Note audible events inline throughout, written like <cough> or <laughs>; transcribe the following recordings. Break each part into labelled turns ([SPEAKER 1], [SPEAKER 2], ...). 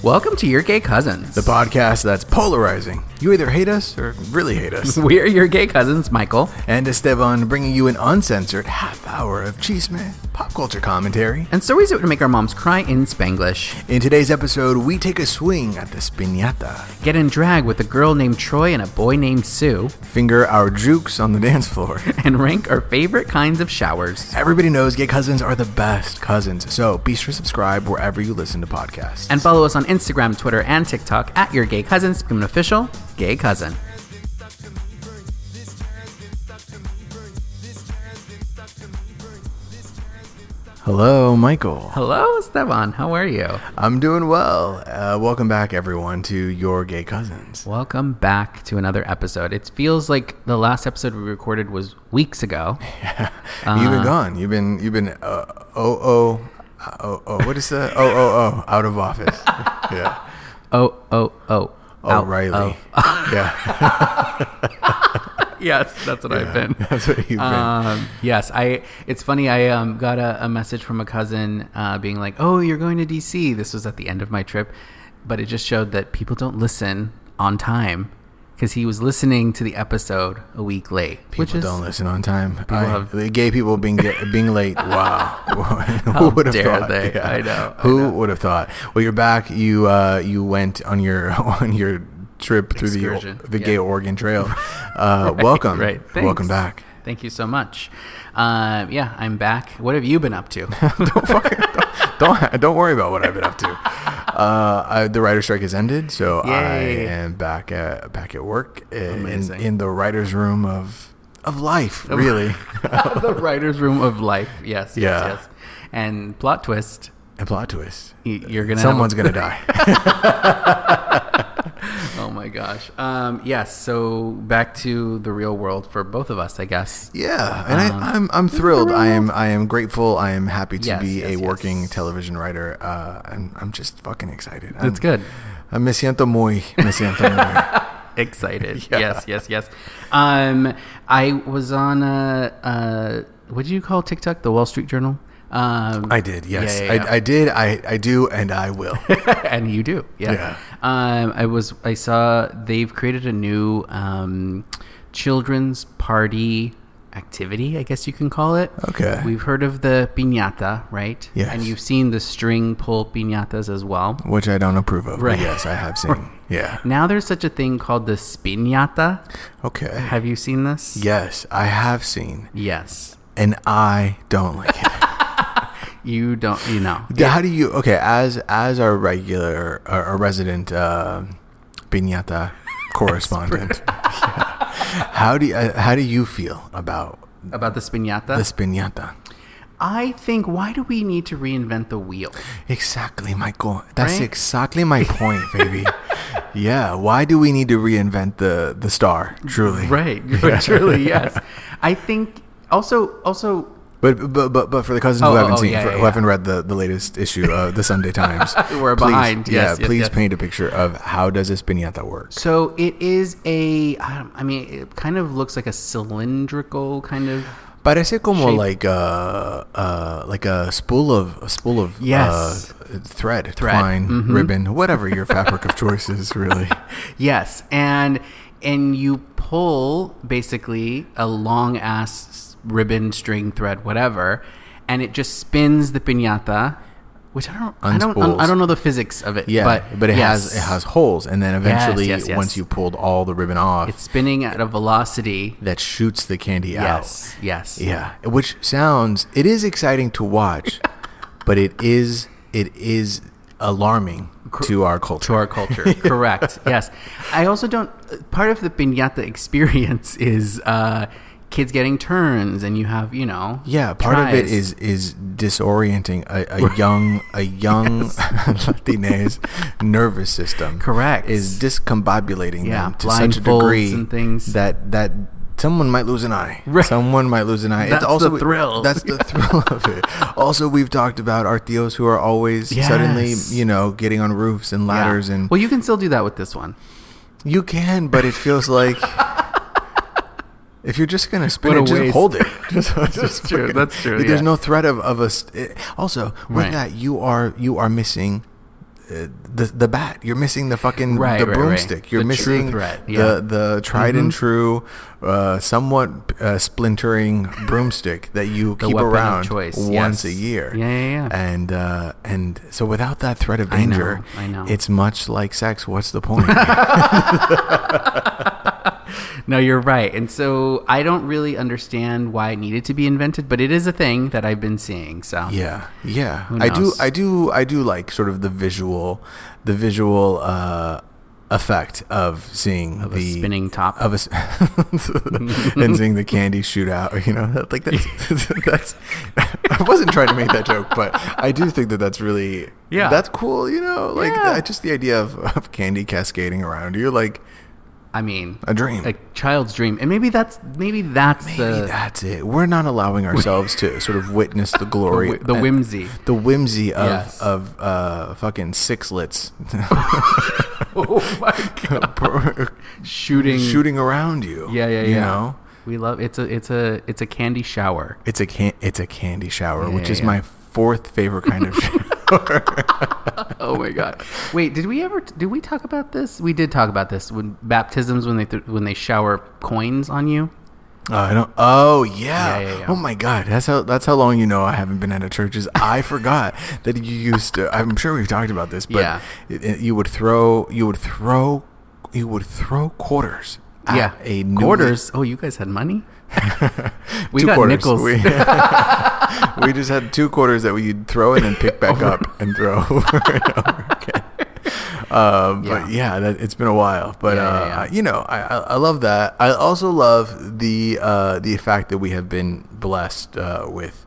[SPEAKER 1] Welcome to Your Gay Cousins.
[SPEAKER 2] The podcast that's polarizing. You either hate us or really hate
[SPEAKER 1] <laughs>
[SPEAKER 2] us.
[SPEAKER 1] We're Your Gay Cousins, Michael,
[SPEAKER 2] and Esteban bringing you an uncensored half hour of chisme, pop culture commentary.
[SPEAKER 1] and stories that would make our moms cry in Spanglish.
[SPEAKER 2] In today's episode, we take a swing at this piñata,
[SPEAKER 1] Get in drag with a girl named Troy and a boy named Sue, <laughs>
[SPEAKER 2] finger our jukes on the dance floor.
[SPEAKER 1] and rank our favorite kinds of showers.
[SPEAKER 2] Everybody knows gay cousins are the best cousins, so be sure to subscribe wherever you listen to podcasts.
[SPEAKER 1] And follow us on Instagram, Twitter, and TikTok at Your Gay Cousins to become an official gay cousin.
[SPEAKER 2] Hello, Michael.
[SPEAKER 1] Hello, Esteban. How are you?
[SPEAKER 2] I'm doing well. Uh, welcome back, everyone, to Your Gay Cousins.
[SPEAKER 1] Welcome back to another episode. It feels like the last episode we recorded was weeks ago.
[SPEAKER 2] you've
[SPEAKER 1] Uh-huh.
[SPEAKER 2] been gone. You've been you've been uh, oh oh uh, oh oh. What is the oh oh oh out of
[SPEAKER 1] <laughs>
[SPEAKER 2] office? yeah,
[SPEAKER 1] Oh, oh, oh. Out <laughs>
[SPEAKER 2] O'Reilly. Yeah,
[SPEAKER 1] of- Yes, that's what I've been.
[SPEAKER 2] <laughs> that's what you've been.
[SPEAKER 1] um, yes, I. It's funny. I um, got a, a message from a cousin uh, being like, "Oh, you're going to DC." This was at the end of my trip, but it just showed that people don't listen on time because he was listening to the episode a week late, which
[SPEAKER 2] people
[SPEAKER 1] is
[SPEAKER 2] don't listen on time. I,
[SPEAKER 1] have-
[SPEAKER 2] the gay people being ga-
[SPEAKER 1] <laughs>
[SPEAKER 2] being late. Wow, <laughs> who would've
[SPEAKER 1] dare they? I know, I
[SPEAKER 2] Who would have thought? Well, you're back. You uh, you went on your <laughs> on your trip through
[SPEAKER 1] Excursion,
[SPEAKER 2] the the
[SPEAKER 1] yeah.
[SPEAKER 2] gay Oregon Trail.
[SPEAKER 1] <laughs>
[SPEAKER 2] Uh, welcome,
[SPEAKER 1] right. Thanks.
[SPEAKER 2] welcome back.
[SPEAKER 1] Thank you so much. Uh, yeah, I'm back. What have you been up
[SPEAKER 2] <laughs>
[SPEAKER 1] to? <laughs>
[SPEAKER 2] don't fucking don't, don't don't worry about what I've been up to. Uh, I, the writer strike has ended, so I
[SPEAKER 1] Yay.
[SPEAKER 2] am back at back at work in, in,
[SPEAKER 1] Amazing.
[SPEAKER 2] the writers' room of of life. Really, <laughs>
[SPEAKER 1] the writer's room of life. Yes, yes,
[SPEAKER 2] Yeah.
[SPEAKER 1] yes. And plot twist:
[SPEAKER 2] a plot twist.
[SPEAKER 1] y- you're gonna have a-
[SPEAKER 2] Someone's gonna die.
[SPEAKER 1] Oh my gosh. Um, yes. So back to the real world for both of us, I guess.
[SPEAKER 2] Yeah, and I, I'm I'm thrilled. I am I am grateful. I am happy to
[SPEAKER 1] Um, Yes,
[SPEAKER 2] be
[SPEAKER 1] yes,
[SPEAKER 2] a
[SPEAKER 1] yes.
[SPEAKER 2] working television writer. Uh, I'm I'm just fucking excited. I'm,
[SPEAKER 1] That's good.
[SPEAKER 2] I me siento muy me
[SPEAKER 1] <laughs>
[SPEAKER 2] siento muy.
[SPEAKER 1] Excited.
[SPEAKER 2] <laughs> Yeah.
[SPEAKER 1] Yes. Yes. Yes. Um, I was on a, a what do you call TikTok? The Wall Street Journal. Um,
[SPEAKER 2] I did. Yes,
[SPEAKER 1] Yeah, yeah, yeah.
[SPEAKER 2] I, I did. I I do, and I will.
[SPEAKER 1] <laughs> and you do. Yeah.
[SPEAKER 2] Yeah.
[SPEAKER 1] Um, I was. I saw they've created a new um, children's party activity. I guess you can call it.
[SPEAKER 2] Okay.
[SPEAKER 1] We've heard of the piñata, right?
[SPEAKER 2] Yes.
[SPEAKER 1] And you've seen the string pull piñatas as well.
[SPEAKER 2] which I don't approve of.
[SPEAKER 1] Right.
[SPEAKER 2] But yes, I
[SPEAKER 1] <laughs>
[SPEAKER 2] have seen. Yeah.
[SPEAKER 1] Now there's such a thing called the spinata.
[SPEAKER 2] Okay.
[SPEAKER 1] Have you seen this?
[SPEAKER 2] Yes, I have seen,
[SPEAKER 1] Yes.
[SPEAKER 2] and I don't like
[SPEAKER 1] <laughs>
[SPEAKER 2] it.
[SPEAKER 1] You don't, you know.
[SPEAKER 2] How do you? Okay, as as our regular, our, our resident uh,
[SPEAKER 1] <laughs>
[SPEAKER 2] piñata correspondent, yeah, <laughs> how do you, uh, how do you feel about
[SPEAKER 1] About the spinata?
[SPEAKER 2] this piñata?
[SPEAKER 1] I think, why do we need to reinvent the
[SPEAKER 2] <laughs>
[SPEAKER 1] wheel?
[SPEAKER 2] Exactly, Michael. That's
[SPEAKER 1] Right?
[SPEAKER 2] exactly my point,
[SPEAKER 1] <laughs>
[SPEAKER 2] baby. yeah. Why do we need to reinvent the the star? Truly.
[SPEAKER 1] Right. <laughs>
[SPEAKER 2] <laughs>
[SPEAKER 1] Truly, yes. I think also, also,
[SPEAKER 2] But but but, but for the cousins
[SPEAKER 1] Oh,
[SPEAKER 2] who
[SPEAKER 1] oh,
[SPEAKER 2] haven't
[SPEAKER 1] oh,
[SPEAKER 2] seen,
[SPEAKER 1] yeah,
[SPEAKER 2] for-
[SPEAKER 1] yeah,
[SPEAKER 2] who
[SPEAKER 1] yeah.
[SPEAKER 2] haven't read the, the latest issue of the
[SPEAKER 1] <laughs>
[SPEAKER 2] Sunday Times,
[SPEAKER 1] We're
[SPEAKER 2] please-
[SPEAKER 1] behind. Yes,
[SPEAKER 2] yeah,
[SPEAKER 1] yes,
[SPEAKER 2] please
[SPEAKER 1] yes.
[SPEAKER 2] paint a picture of how does this pinata work?
[SPEAKER 1] so it is a, I don't- I mean, it kind of looks like a cylindrical kind of.
[SPEAKER 2] Parece como
[SPEAKER 1] Shape.
[SPEAKER 2] like a uh, like a spool of a spool of
[SPEAKER 1] Yes. Mm-hmm.
[SPEAKER 2] uh, thread, twine, ribbon, whatever your fabric of choice is.
[SPEAKER 1] <laughs>
[SPEAKER 2] Really,
[SPEAKER 1] Yes. And, and you pull basically a long ass ribbon, string, thread, whatever, and it just spins the pinata. Which I don't, I don't,
[SPEAKER 2] Unspools.
[SPEAKER 1] I don't know the physics of it.
[SPEAKER 2] yeah. But,
[SPEAKER 1] but
[SPEAKER 2] it
[SPEAKER 1] yes.
[SPEAKER 2] has it has holes, and then eventually,
[SPEAKER 1] yes, yes.
[SPEAKER 2] once you pulled all the ribbon off,
[SPEAKER 1] It's spinning at a velocity.
[SPEAKER 2] that shoots the candy out.
[SPEAKER 1] Yes. Yes.
[SPEAKER 2] Yeah, which sounds it is exciting to
[SPEAKER 1] <laughs>
[SPEAKER 2] watch, but it is it is alarming to our
[SPEAKER 1] To
[SPEAKER 2] culture.
[SPEAKER 1] our
[SPEAKER 2] <laughs>
[SPEAKER 1] culture. Correct. Yes. I also don't. Part of the pinata experience <laughs> is uh, kids getting turns, and you have, you know.
[SPEAKER 2] yeah, part of it
[SPEAKER 1] tries.
[SPEAKER 2] is is disorienting a, a young
[SPEAKER 1] <laughs>
[SPEAKER 2] a young <laughs> Latine's nervous system.
[SPEAKER 1] Correct.
[SPEAKER 2] is discombobulating
[SPEAKER 1] Yeah,
[SPEAKER 2] them to such a
[SPEAKER 1] blindfolds
[SPEAKER 2] degree
[SPEAKER 1] and things.
[SPEAKER 2] that that someone might lose an eye.
[SPEAKER 1] Right.
[SPEAKER 2] Someone might lose an eye.
[SPEAKER 1] That's the thrill.
[SPEAKER 2] <laughs> That's
[SPEAKER 1] <laughs>
[SPEAKER 2] the thrill of it. Also, we've talked about our theos who are always suddenly
[SPEAKER 1] Yes.
[SPEAKER 2] you know getting on roofs and
[SPEAKER 1] Yeah.
[SPEAKER 2] ladders and
[SPEAKER 1] Well, you can still do that with this one.
[SPEAKER 2] You can, but it feels like if you're just gonna spin
[SPEAKER 1] What a
[SPEAKER 2] it, just
[SPEAKER 1] waste.
[SPEAKER 2] hold
[SPEAKER 1] <laughs>
[SPEAKER 2] it. Just, just
[SPEAKER 1] true,
[SPEAKER 2] fucking-
[SPEAKER 1] that's true,
[SPEAKER 2] There's
[SPEAKER 1] yeah.
[SPEAKER 2] no threat of of us. eh, also, with
[SPEAKER 1] Right.
[SPEAKER 2] that, you are you are missing uh, the the bat. You're missing the fucking
[SPEAKER 1] Right,
[SPEAKER 2] the
[SPEAKER 1] right, right.
[SPEAKER 2] broomstick. You're
[SPEAKER 1] The true
[SPEAKER 2] missing
[SPEAKER 1] threat, yeah. Mm-hmm.
[SPEAKER 2] the the tried and true, uh, somewhat uh, splintering broomstick that you
[SPEAKER 1] The
[SPEAKER 2] keep
[SPEAKER 1] weapon of
[SPEAKER 2] around
[SPEAKER 1] choice,
[SPEAKER 2] once
[SPEAKER 1] yes.
[SPEAKER 2] a year.
[SPEAKER 1] Yeah, yeah, yeah.
[SPEAKER 2] And uh, and so without that threat of
[SPEAKER 1] I know,
[SPEAKER 2] danger,
[SPEAKER 1] I know.
[SPEAKER 2] it's much like sex. What's the
[SPEAKER 1] <laughs>
[SPEAKER 2] point?
[SPEAKER 1] No, you're right. And so I don't really understand why it needed to be invented, but it is a thing that I've been seeing. So
[SPEAKER 2] Yeah, yeah. I do,
[SPEAKER 1] knows?
[SPEAKER 2] I do, I do like sort of the visual, the visual uh, effect of seeing
[SPEAKER 1] Of a
[SPEAKER 2] the
[SPEAKER 1] spinning top.
[SPEAKER 2] of a s- <laughs> and seeing the candy shoot out. You know, <laughs> like that's, that's. I wasn't trying to make that joke, but I do think that that's really
[SPEAKER 1] Yeah.
[SPEAKER 2] that's cool. You know, like
[SPEAKER 1] Yeah.
[SPEAKER 2] that- just the idea of, of candy cascading around you, like
[SPEAKER 1] I mean,
[SPEAKER 2] a dream.
[SPEAKER 1] a child's dream, and maybe that's maybe that's
[SPEAKER 2] Maybe
[SPEAKER 1] the
[SPEAKER 2] that's it. We're not allowing ourselves to sort of witness the glory,
[SPEAKER 1] wi- <laughs> the
[SPEAKER 2] and-
[SPEAKER 1] whimsy. <laughs>
[SPEAKER 2] the whimsy of
[SPEAKER 1] Yes.
[SPEAKER 2] of uh,
[SPEAKER 1] <laughs>
[SPEAKER 2] fucking sixlets
[SPEAKER 1] oh my god, shooting,
[SPEAKER 2] shooting around you.
[SPEAKER 1] Yeah, yeah, yeah.
[SPEAKER 2] You know,
[SPEAKER 1] we love it's a it's a it's a candy shower. <laughs>
[SPEAKER 2] it's a can- it's a candy shower,
[SPEAKER 1] Yeah,
[SPEAKER 2] which
[SPEAKER 1] yeah,
[SPEAKER 2] is
[SPEAKER 1] yeah.
[SPEAKER 2] my fourth favorite kind
[SPEAKER 1] <laughs>
[SPEAKER 2] of. shower.
[SPEAKER 1] Oh my god! Wait, did we ever did we talk about this? We did talk about this when baptisms when they th- when they shower coins on you.
[SPEAKER 2] Oh, I don't. Oh yeah.
[SPEAKER 1] Yeah, yeah, yeah.
[SPEAKER 2] Oh my God. That's how. That's how long you know I haven't been at a church. Is I forgot that you used to. I'm sure we've talked about this, but
[SPEAKER 1] Yeah.
[SPEAKER 2] it- it- you would throw. You would throw. You would throw quarters. at
[SPEAKER 1] yeah,
[SPEAKER 2] Ah, A newly-
[SPEAKER 1] quarters. Oh, you guys had
[SPEAKER 2] <laughs>
[SPEAKER 1] money. We
[SPEAKER 2] two
[SPEAKER 1] got
[SPEAKER 2] quarters.
[SPEAKER 1] nickels.
[SPEAKER 2] We, <laughs> we just had two quarters that we'd throw in and pick
[SPEAKER 1] <laughs> Oh,
[SPEAKER 2] back up and throw <laughs> over and over again. Uh, But yeah, that, it's been a while. But
[SPEAKER 1] Yeah, yeah,
[SPEAKER 2] uh,
[SPEAKER 1] yeah.
[SPEAKER 2] you know, I, I, I love that. I also love the uh, the fact that we have been blessed uh, with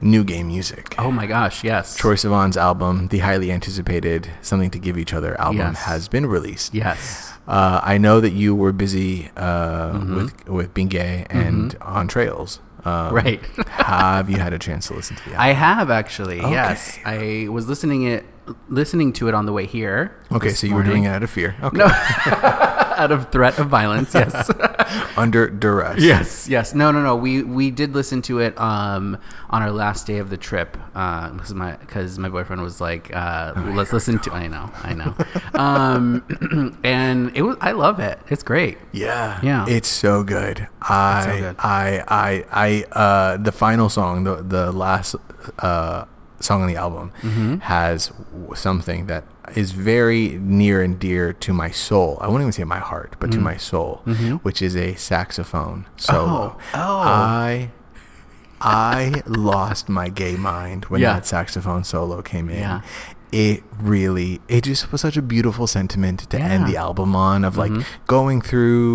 [SPEAKER 2] new game music.
[SPEAKER 1] <laughs> Oh my gosh! Yes.
[SPEAKER 2] Troy Sivan's album, the highly anticipated "Something to Give Each Other" album,
[SPEAKER 1] Yes.
[SPEAKER 2] has been released.
[SPEAKER 1] Yes.
[SPEAKER 2] Uh, I know that you were busy uh,
[SPEAKER 1] Mm-hmm.
[SPEAKER 2] with with being gay and on trails. Um,
[SPEAKER 1] Right.
[SPEAKER 2] have you had a chance to listen to the album?
[SPEAKER 1] <laughs> I have actually. Yes, I was listening it listening to it on the way here.
[SPEAKER 2] okay,
[SPEAKER 1] this
[SPEAKER 2] so you were doing
[SPEAKER 1] morning.
[SPEAKER 2] it out of fear.
[SPEAKER 1] <laughs>
[SPEAKER 2] Okay.
[SPEAKER 1] No, <laughs> out of threat of violence.
[SPEAKER 2] <laughs>
[SPEAKER 1] Yes.
[SPEAKER 2] Under duress.
[SPEAKER 1] Yes, yes. No, no, no. We we did listen to it um, on our last day of the trip because my because my boyfriend was like, uh, let's listen to. I know, I know. um, <clears throat> and it was. I love it. It's great.
[SPEAKER 2] Yeah.
[SPEAKER 1] Yeah.
[SPEAKER 2] It's so good. I
[SPEAKER 1] good.
[SPEAKER 2] I I I uh the final song, the the last uh song on the album
[SPEAKER 1] Mm-hmm.
[SPEAKER 2] has w- something that is very near and dear to my soul. I won't even say my heart,
[SPEAKER 1] Mm.
[SPEAKER 2] but to my soul, which is a saxophone solo.
[SPEAKER 1] Mm-hmm. Oh. Oh.
[SPEAKER 2] I I lost my gay mind when
[SPEAKER 1] Yeah.
[SPEAKER 2] that saxophone solo came in.
[SPEAKER 1] Yeah.
[SPEAKER 2] It really, it just was such a beautiful sentiment to end
[SPEAKER 1] Yeah. Mm-hmm.
[SPEAKER 2] the album on of like going through,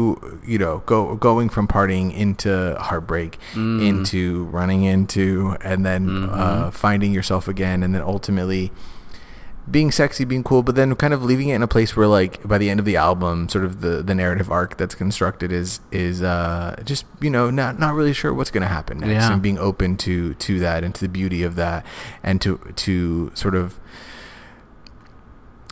[SPEAKER 2] you know, go going from partying into heartbreak,
[SPEAKER 1] Mm.
[SPEAKER 2] into running into, and then
[SPEAKER 1] Mm-hmm.
[SPEAKER 2] uh, finding yourself again, and then ultimately being sexy, being cool, but then kind of leaving it in a place where like by the end of the album, sort of the, the narrative arc that's constructed is is uh, just you know not not really sure what's going to happen next,
[SPEAKER 1] Yeah.
[SPEAKER 2] and being open to to that and to the beauty of that, and to to sort of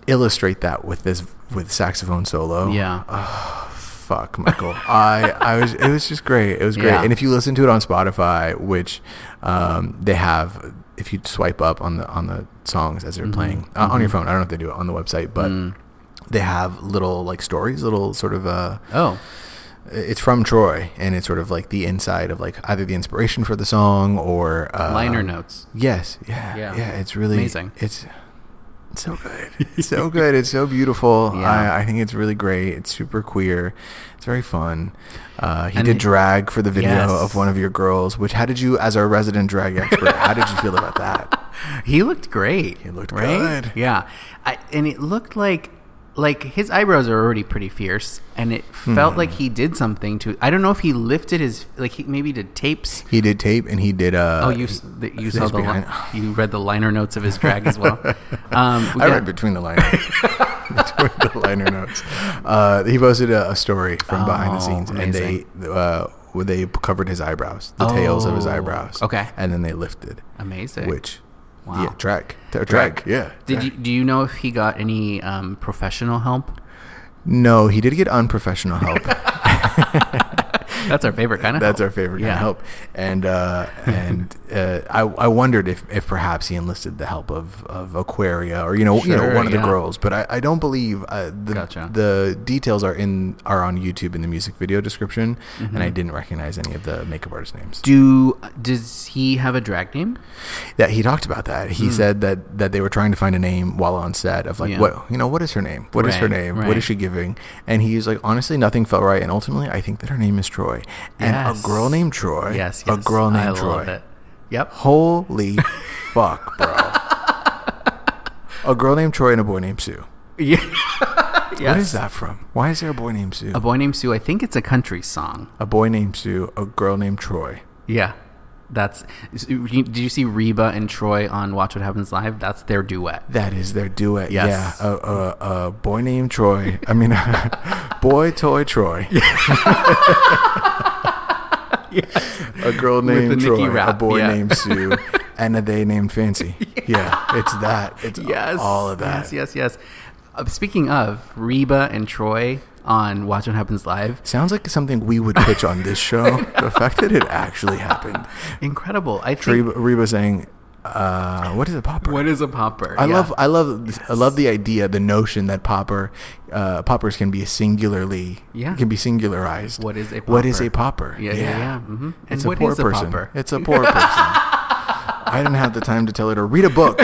[SPEAKER 2] illustrate that with this with saxophone solo.
[SPEAKER 1] Yeah.
[SPEAKER 2] Fuck, Michael. I, I was it was just great. It was great.
[SPEAKER 1] Yeah.
[SPEAKER 2] And if you listen to it on Spotify, which um, they have if you swipe up on the on the songs as they're
[SPEAKER 1] Mm-hmm.
[SPEAKER 2] playing uh, on your phone. I don't know if they do it on the website, but
[SPEAKER 1] Mm.
[SPEAKER 2] they have little like stories, little sort of uh
[SPEAKER 1] oh,
[SPEAKER 2] it's from Troy and it's sort of like the inside of like either the inspiration for the song or uh,
[SPEAKER 1] liner notes.
[SPEAKER 2] Yes, yeah, yeah,
[SPEAKER 1] Yeah.
[SPEAKER 2] It's really
[SPEAKER 1] Amazing.
[SPEAKER 2] It's it's so good. It's so good. It's so beautiful.
[SPEAKER 1] <laughs> Yeah.
[SPEAKER 2] I, I think it's really great. It's super queer. It's very fun. Uh, he
[SPEAKER 1] And
[SPEAKER 2] did
[SPEAKER 1] it-
[SPEAKER 2] drag for the video
[SPEAKER 1] Yes.
[SPEAKER 2] of one of your girls. Which how did you, as our resident drag expert, how did you feel about that?
[SPEAKER 1] <laughs> He looked great. He
[SPEAKER 2] looked good.
[SPEAKER 1] Yeah, I, and it looked like like his eyebrows are already pretty fierce, and it felt like he did something to. I don't know if he lifted his like he maybe did tapes.
[SPEAKER 2] He did tape and he did. Uh,
[SPEAKER 1] Oh, you s- the, you saw
[SPEAKER 2] his
[SPEAKER 1] the li-
[SPEAKER 2] behind- <laughs>
[SPEAKER 1] you read the liner notes of his drag as well. Um, we
[SPEAKER 2] I
[SPEAKER 1] got-
[SPEAKER 2] read between the
[SPEAKER 1] <laughs>
[SPEAKER 2] liner <laughs> between the liner notes. Uh, he posted a, a story from behind the
[SPEAKER 1] Oh,
[SPEAKER 2] scenes,
[SPEAKER 1] amazing.
[SPEAKER 2] and they uh, well, they covered his eyebrows, the tails of his
[SPEAKER 1] Oh,
[SPEAKER 2] eyebrows.
[SPEAKER 1] okay.
[SPEAKER 2] and then they lifted,
[SPEAKER 1] amazing.
[SPEAKER 2] which
[SPEAKER 1] Wow.
[SPEAKER 2] yeah, drag, Dra- drag, yeah.
[SPEAKER 1] Did
[SPEAKER 2] drag.
[SPEAKER 1] you do you know if he got any um, professional help? <laughs>
[SPEAKER 2] No, he did get unprofessional help.
[SPEAKER 1] That's our favorite kind of
[SPEAKER 2] That's
[SPEAKER 1] help.
[SPEAKER 2] our favorite
[SPEAKER 1] Yeah.
[SPEAKER 2] kind of help. And uh, and uh, I I wondered if, if perhaps he enlisted the help of, of Aquaria or you know you
[SPEAKER 1] Sure,
[SPEAKER 2] know one of the
[SPEAKER 1] yeah.
[SPEAKER 2] girls, but I, I don't believe uh, the
[SPEAKER 1] Gotcha.
[SPEAKER 2] the details are in are on YouTube in the music video description, and
[SPEAKER 1] Mm-hmm.
[SPEAKER 2] I didn't recognize any of the makeup artist names.
[SPEAKER 1] Do does he have a drag name?
[SPEAKER 2] That he talked about that. He said that that they were trying to find a name while on set of like
[SPEAKER 1] Hmm. Yeah.
[SPEAKER 2] what you know what is her name? What is her
[SPEAKER 1] Right,
[SPEAKER 2] name? What
[SPEAKER 1] right.
[SPEAKER 2] is she giving? And he's like honestly nothing felt right and ultimately I think that her name is Troy. And
[SPEAKER 1] Yes.
[SPEAKER 2] a girl named Troy.
[SPEAKER 1] Yes,
[SPEAKER 2] A
[SPEAKER 1] yes,
[SPEAKER 2] girl named
[SPEAKER 1] I
[SPEAKER 2] Troy.
[SPEAKER 1] Love it. Yep. <laughs>
[SPEAKER 2] Holy fuck, bro. A girl named Troy and a boy named Sue.
[SPEAKER 1] Yeah.
[SPEAKER 2] What
[SPEAKER 1] Yes.
[SPEAKER 2] is that from? Why is there a boy named Sue?
[SPEAKER 1] A boy named Sue. I think it's a country song.
[SPEAKER 2] A boy named Sue, a girl named Troy.
[SPEAKER 1] Yeah. That's. Did you see Reba and Troy on Watch What Happens Live? That's their
[SPEAKER 2] <laughs>
[SPEAKER 1] duet.
[SPEAKER 2] That is their duet.
[SPEAKER 1] Yes.
[SPEAKER 2] Yeah. A, a, a boy named Troy. I mean, <laughs> boy toy Troy. A girl
[SPEAKER 1] With the
[SPEAKER 2] named
[SPEAKER 1] Nicki
[SPEAKER 2] Troy. A
[SPEAKER 1] rap,
[SPEAKER 2] boy
[SPEAKER 1] yeah.
[SPEAKER 2] named Sue.
[SPEAKER 1] <laughs>
[SPEAKER 2] and a they named Fancy. Yeah. It's that. It's
[SPEAKER 1] Yes.
[SPEAKER 2] all of that.
[SPEAKER 1] Yes, yes, yes. Uh, speaking of Reba and Troy on Watch What Happens Live,
[SPEAKER 2] Sounds like something we would pitch on
[SPEAKER 1] <laughs>
[SPEAKER 2] this show. the fact that it actually happened.
[SPEAKER 1] incredible. I think.
[SPEAKER 2] Reba, Reba saying, uh, "What is a popper?"
[SPEAKER 1] What is a popper?
[SPEAKER 2] I
[SPEAKER 1] Yeah.
[SPEAKER 2] love, I love, I love the idea, the notion that popper, uh, poppers can be singularly,
[SPEAKER 1] Yeah.
[SPEAKER 2] can be singularized.
[SPEAKER 1] What is a
[SPEAKER 2] What is a
[SPEAKER 1] popper?
[SPEAKER 2] popper?
[SPEAKER 1] Yeah, yeah, yeah. Mhm. And
[SPEAKER 2] It's
[SPEAKER 1] what
[SPEAKER 2] a poor
[SPEAKER 1] is a
[SPEAKER 2] person.
[SPEAKER 1] popper?
[SPEAKER 2] It's a poor person.
[SPEAKER 1] <laughs>
[SPEAKER 2] I didn't have the time to tell her to read a book.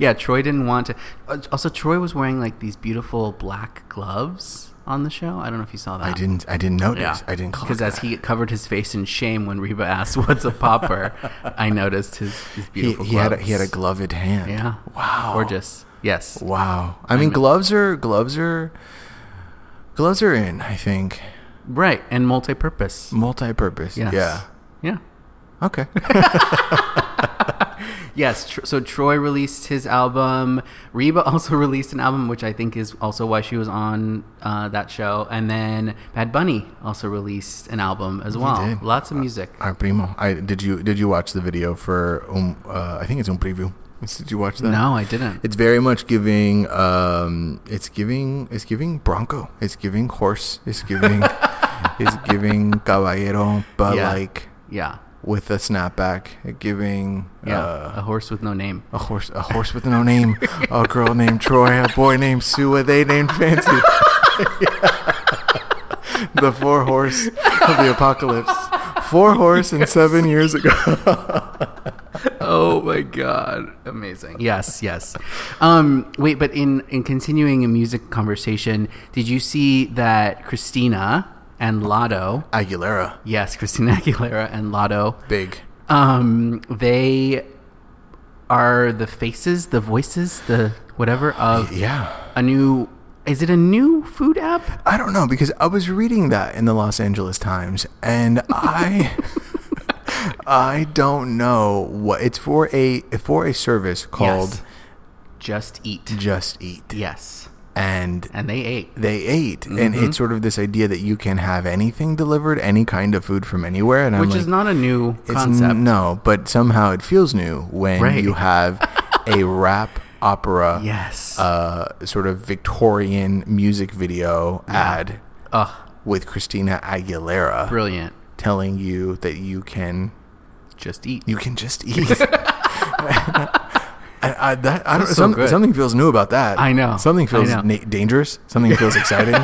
[SPEAKER 1] Yeah, Troy didn't want to. uh, Also, Troy was wearing like these beautiful black gloves on the show. I don't know if you saw that.
[SPEAKER 2] I didn't, I didn't notice. I didn't clock
[SPEAKER 1] because as
[SPEAKER 2] that.
[SPEAKER 1] he covered his face in shame when Reba asked, <laughs> "What's a
[SPEAKER 2] <laughs>
[SPEAKER 1] popper?" I noticed his, his
[SPEAKER 2] he,
[SPEAKER 1] beautiful.
[SPEAKER 2] he had a,
[SPEAKER 1] gloves.
[SPEAKER 2] he had a gloved hand.
[SPEAKER 1] yeah.
[SPEAKER 2] Wow.
[SPEAKER 1] Gorgeous. Yes.
[SPEAKER 2] Wow. I mean, gloves are gloves are gloves are in. I think
[SPEAKER 1] Right. And multi-purpose.
[SPEAKER 2] multi-purpose.
[SPEAKER 1] Yes.
[SPEAKER 2] Yeah.
[SPEAKER 1] Yeah. <laughs>
[SPEAKER 2] Okay.
[SPEAKER 1] Yes, tr- so Troy released his album. Reba <laughs> also released an album, which I think is also why she was on uh, that show. And then Bad Bunny also released an album as well.
[SPEAKER 2] did.
[SPEAKER 1] Lots of music.
[SPEAKER 2] Our primo. I did you did you watch the video for um uh, I think it's un preview. Did you watch that?
[SPEAKER 1] No, I didn't.
[SPEAKER 2] It's very much giving um it's giving it's giving bronco. It's giving horse.
[SPEAKER 1] <laughs>
[SPEAKER 2] It's giving it's giving caballero but
[SPEAKER 1] Yeah.
[SPEAKER 2] like
[SPEAKER 1] yeah,
[SPEAKER 2] with a snapback. Giving
[SPEAKER 1] yeah.
[SPEAKER 2] uh
[SPEAKER 1] a horse with no name.
[SPEAKER 2] a horse, a horse with no name, a girl named Troy, a boy named Sue, a they named Fancy. <laughs> the four horse of the apocalypse. Four horse and seven years ago. <laughs>
[SPEAKER 1] oh my god amazing yes yes um wait but in in continuing a music conversation did you see that christina and lotto
[SPEAKER 2] Aguilera,
[SPEAKER 1] yes christina <laughs> aguilera and lotto
[SPEAKER 2] big.
[SPEAKER 1] um they are the faces the voices the whatever of
[SPEAKER 2] Yeah.
[SPEAKER 1] a new is it a new food app
[SPEAKER 2] I don't know because I was reading that in the Los Angeles Times and I <laughs> I don't know what it's for a for a service called
[SPEAKER 1] Yes. just eat
[SPEAKER 2] Just Eat.
[SPEAKER 1] yes
[SPEAKER 2] And
[SPEAKER 1] and they ate
[SPEAKER 2] they ate and
[SPEAKER 1] Mm-hmm.
[SPEAKER 2] it's sort of this idea that you can have anything delivered any kind of food from anywhere and i'm
[SPEAKER 1] which
[SPEAKER 2] like
[SPEAKER 1] is not a new
[SPEAKER 2] it's
[SPEAKER 1] concept
[SPEAKER 2] n- no but somehow it feels new when
[SPEAKER 1] Right.
[SPEAKER 2] you have
[SPEAKER 1] <laughs>
[SPEAKER 2] a rap opera
[SPEAKER 1] yes
[SPEAKER 2] uh, sort of victorian music video ad
[SPEAKER 1] Ugh,
[SPEAKER 2] with christina aguilera
[SPEAKER 1] brilliant
[SPEAKER 2] telling you that you can
[SPEAKER 1] just eat
[SPEAKER 2] you can
[SPEAKER 1] <laughs>
[SPEAKER 2] just eat <laughs> I, I, that, I don't,
[SPEAKER 1] That's so
[SPEAKER 2] some,
[SPEAKER 1] good.
[SPEAKER 2] something feels new about that.
[SPEAKER 1] I know.
[SPEAKER 2] Something
[SPEAKER 1] I
[SPEAKER 2] feels
[SPEAKER 1] know.
[SPEAKER 2] Na- dangerous. Something
[SPEAKER 1] <laughs>
[SPEAKER 2] feels exciting.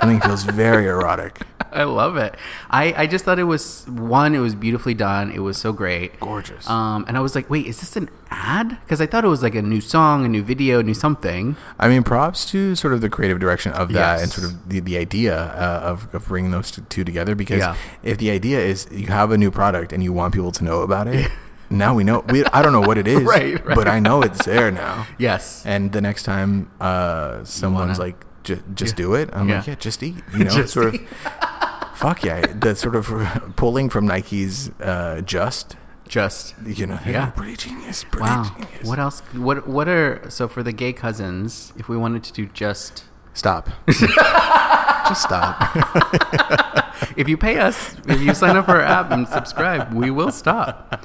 [SPEAKER 2] something feels very erotic.
[SPEAKER 1] I love it. I, I just thought it was one. It was beautifully done. It was so great,
[SPEAKER 2] Gorgeous.
[SPEAKER 1] Um, and I was like, wait, is this an ad? Because I thought it was like a new song, a new video, new something.
[SPEAKER 2] I mean, props to sort of the creative direction of that
[SPEAKER 1] Yes.
[SPEAKER 2] and sort of the, the idea uh, of, of bringing those two, two together because
[SPEAKER 1] Yeah.
[SPEAKER 2] if the idea is you have a new product and you want people to know
[SPEAKER 1] <laughs>
[SPEAKER 2] about it, now we know. We, I don't know what it is,
[SPEAKER 1] Right, right.
[SPEAKER 2] but I know it's
[SPEAKER 1] <laughs>
[SPEAKER 2] there now.
[SPEAKER 1] Yes,
[SPEAKER 2] And the next time uh, someone's
[SPEAKER 1] wanna-
[SPEAKER 2] like, J- just do it, I'm like,
[SPEAKER 1] Yeah.
[SPEAKER 2] yeah, just
[SPEAKER 1] <laughs>
[SPEAKER 2] eat. You know,
[SPEAKER 1] Just
[SPEAKER 2] sort
[SPEAKER 1] eat.
[SPEAKER 2] of, fuck yeah. The sort of <laughs> pulling from Nike's uh, just,
[SPEAKER 1] just
[SPEAKER 2] you know,
[SPEAKER 1] Yeah.
[SPEAKER 2] pretty genius, pretty
[SPEAKER 1] wow.
[SPEAKER 2] genius.
[SPEAKER 1] What else? What what are so for the gay cousins? If we wanted to do just, <laughs>
[SPEAKER 2] Stop. just <laughs> stop.
[SPEAKER 1] if you pay us, if you sign up for our app and subscribe, we will stop.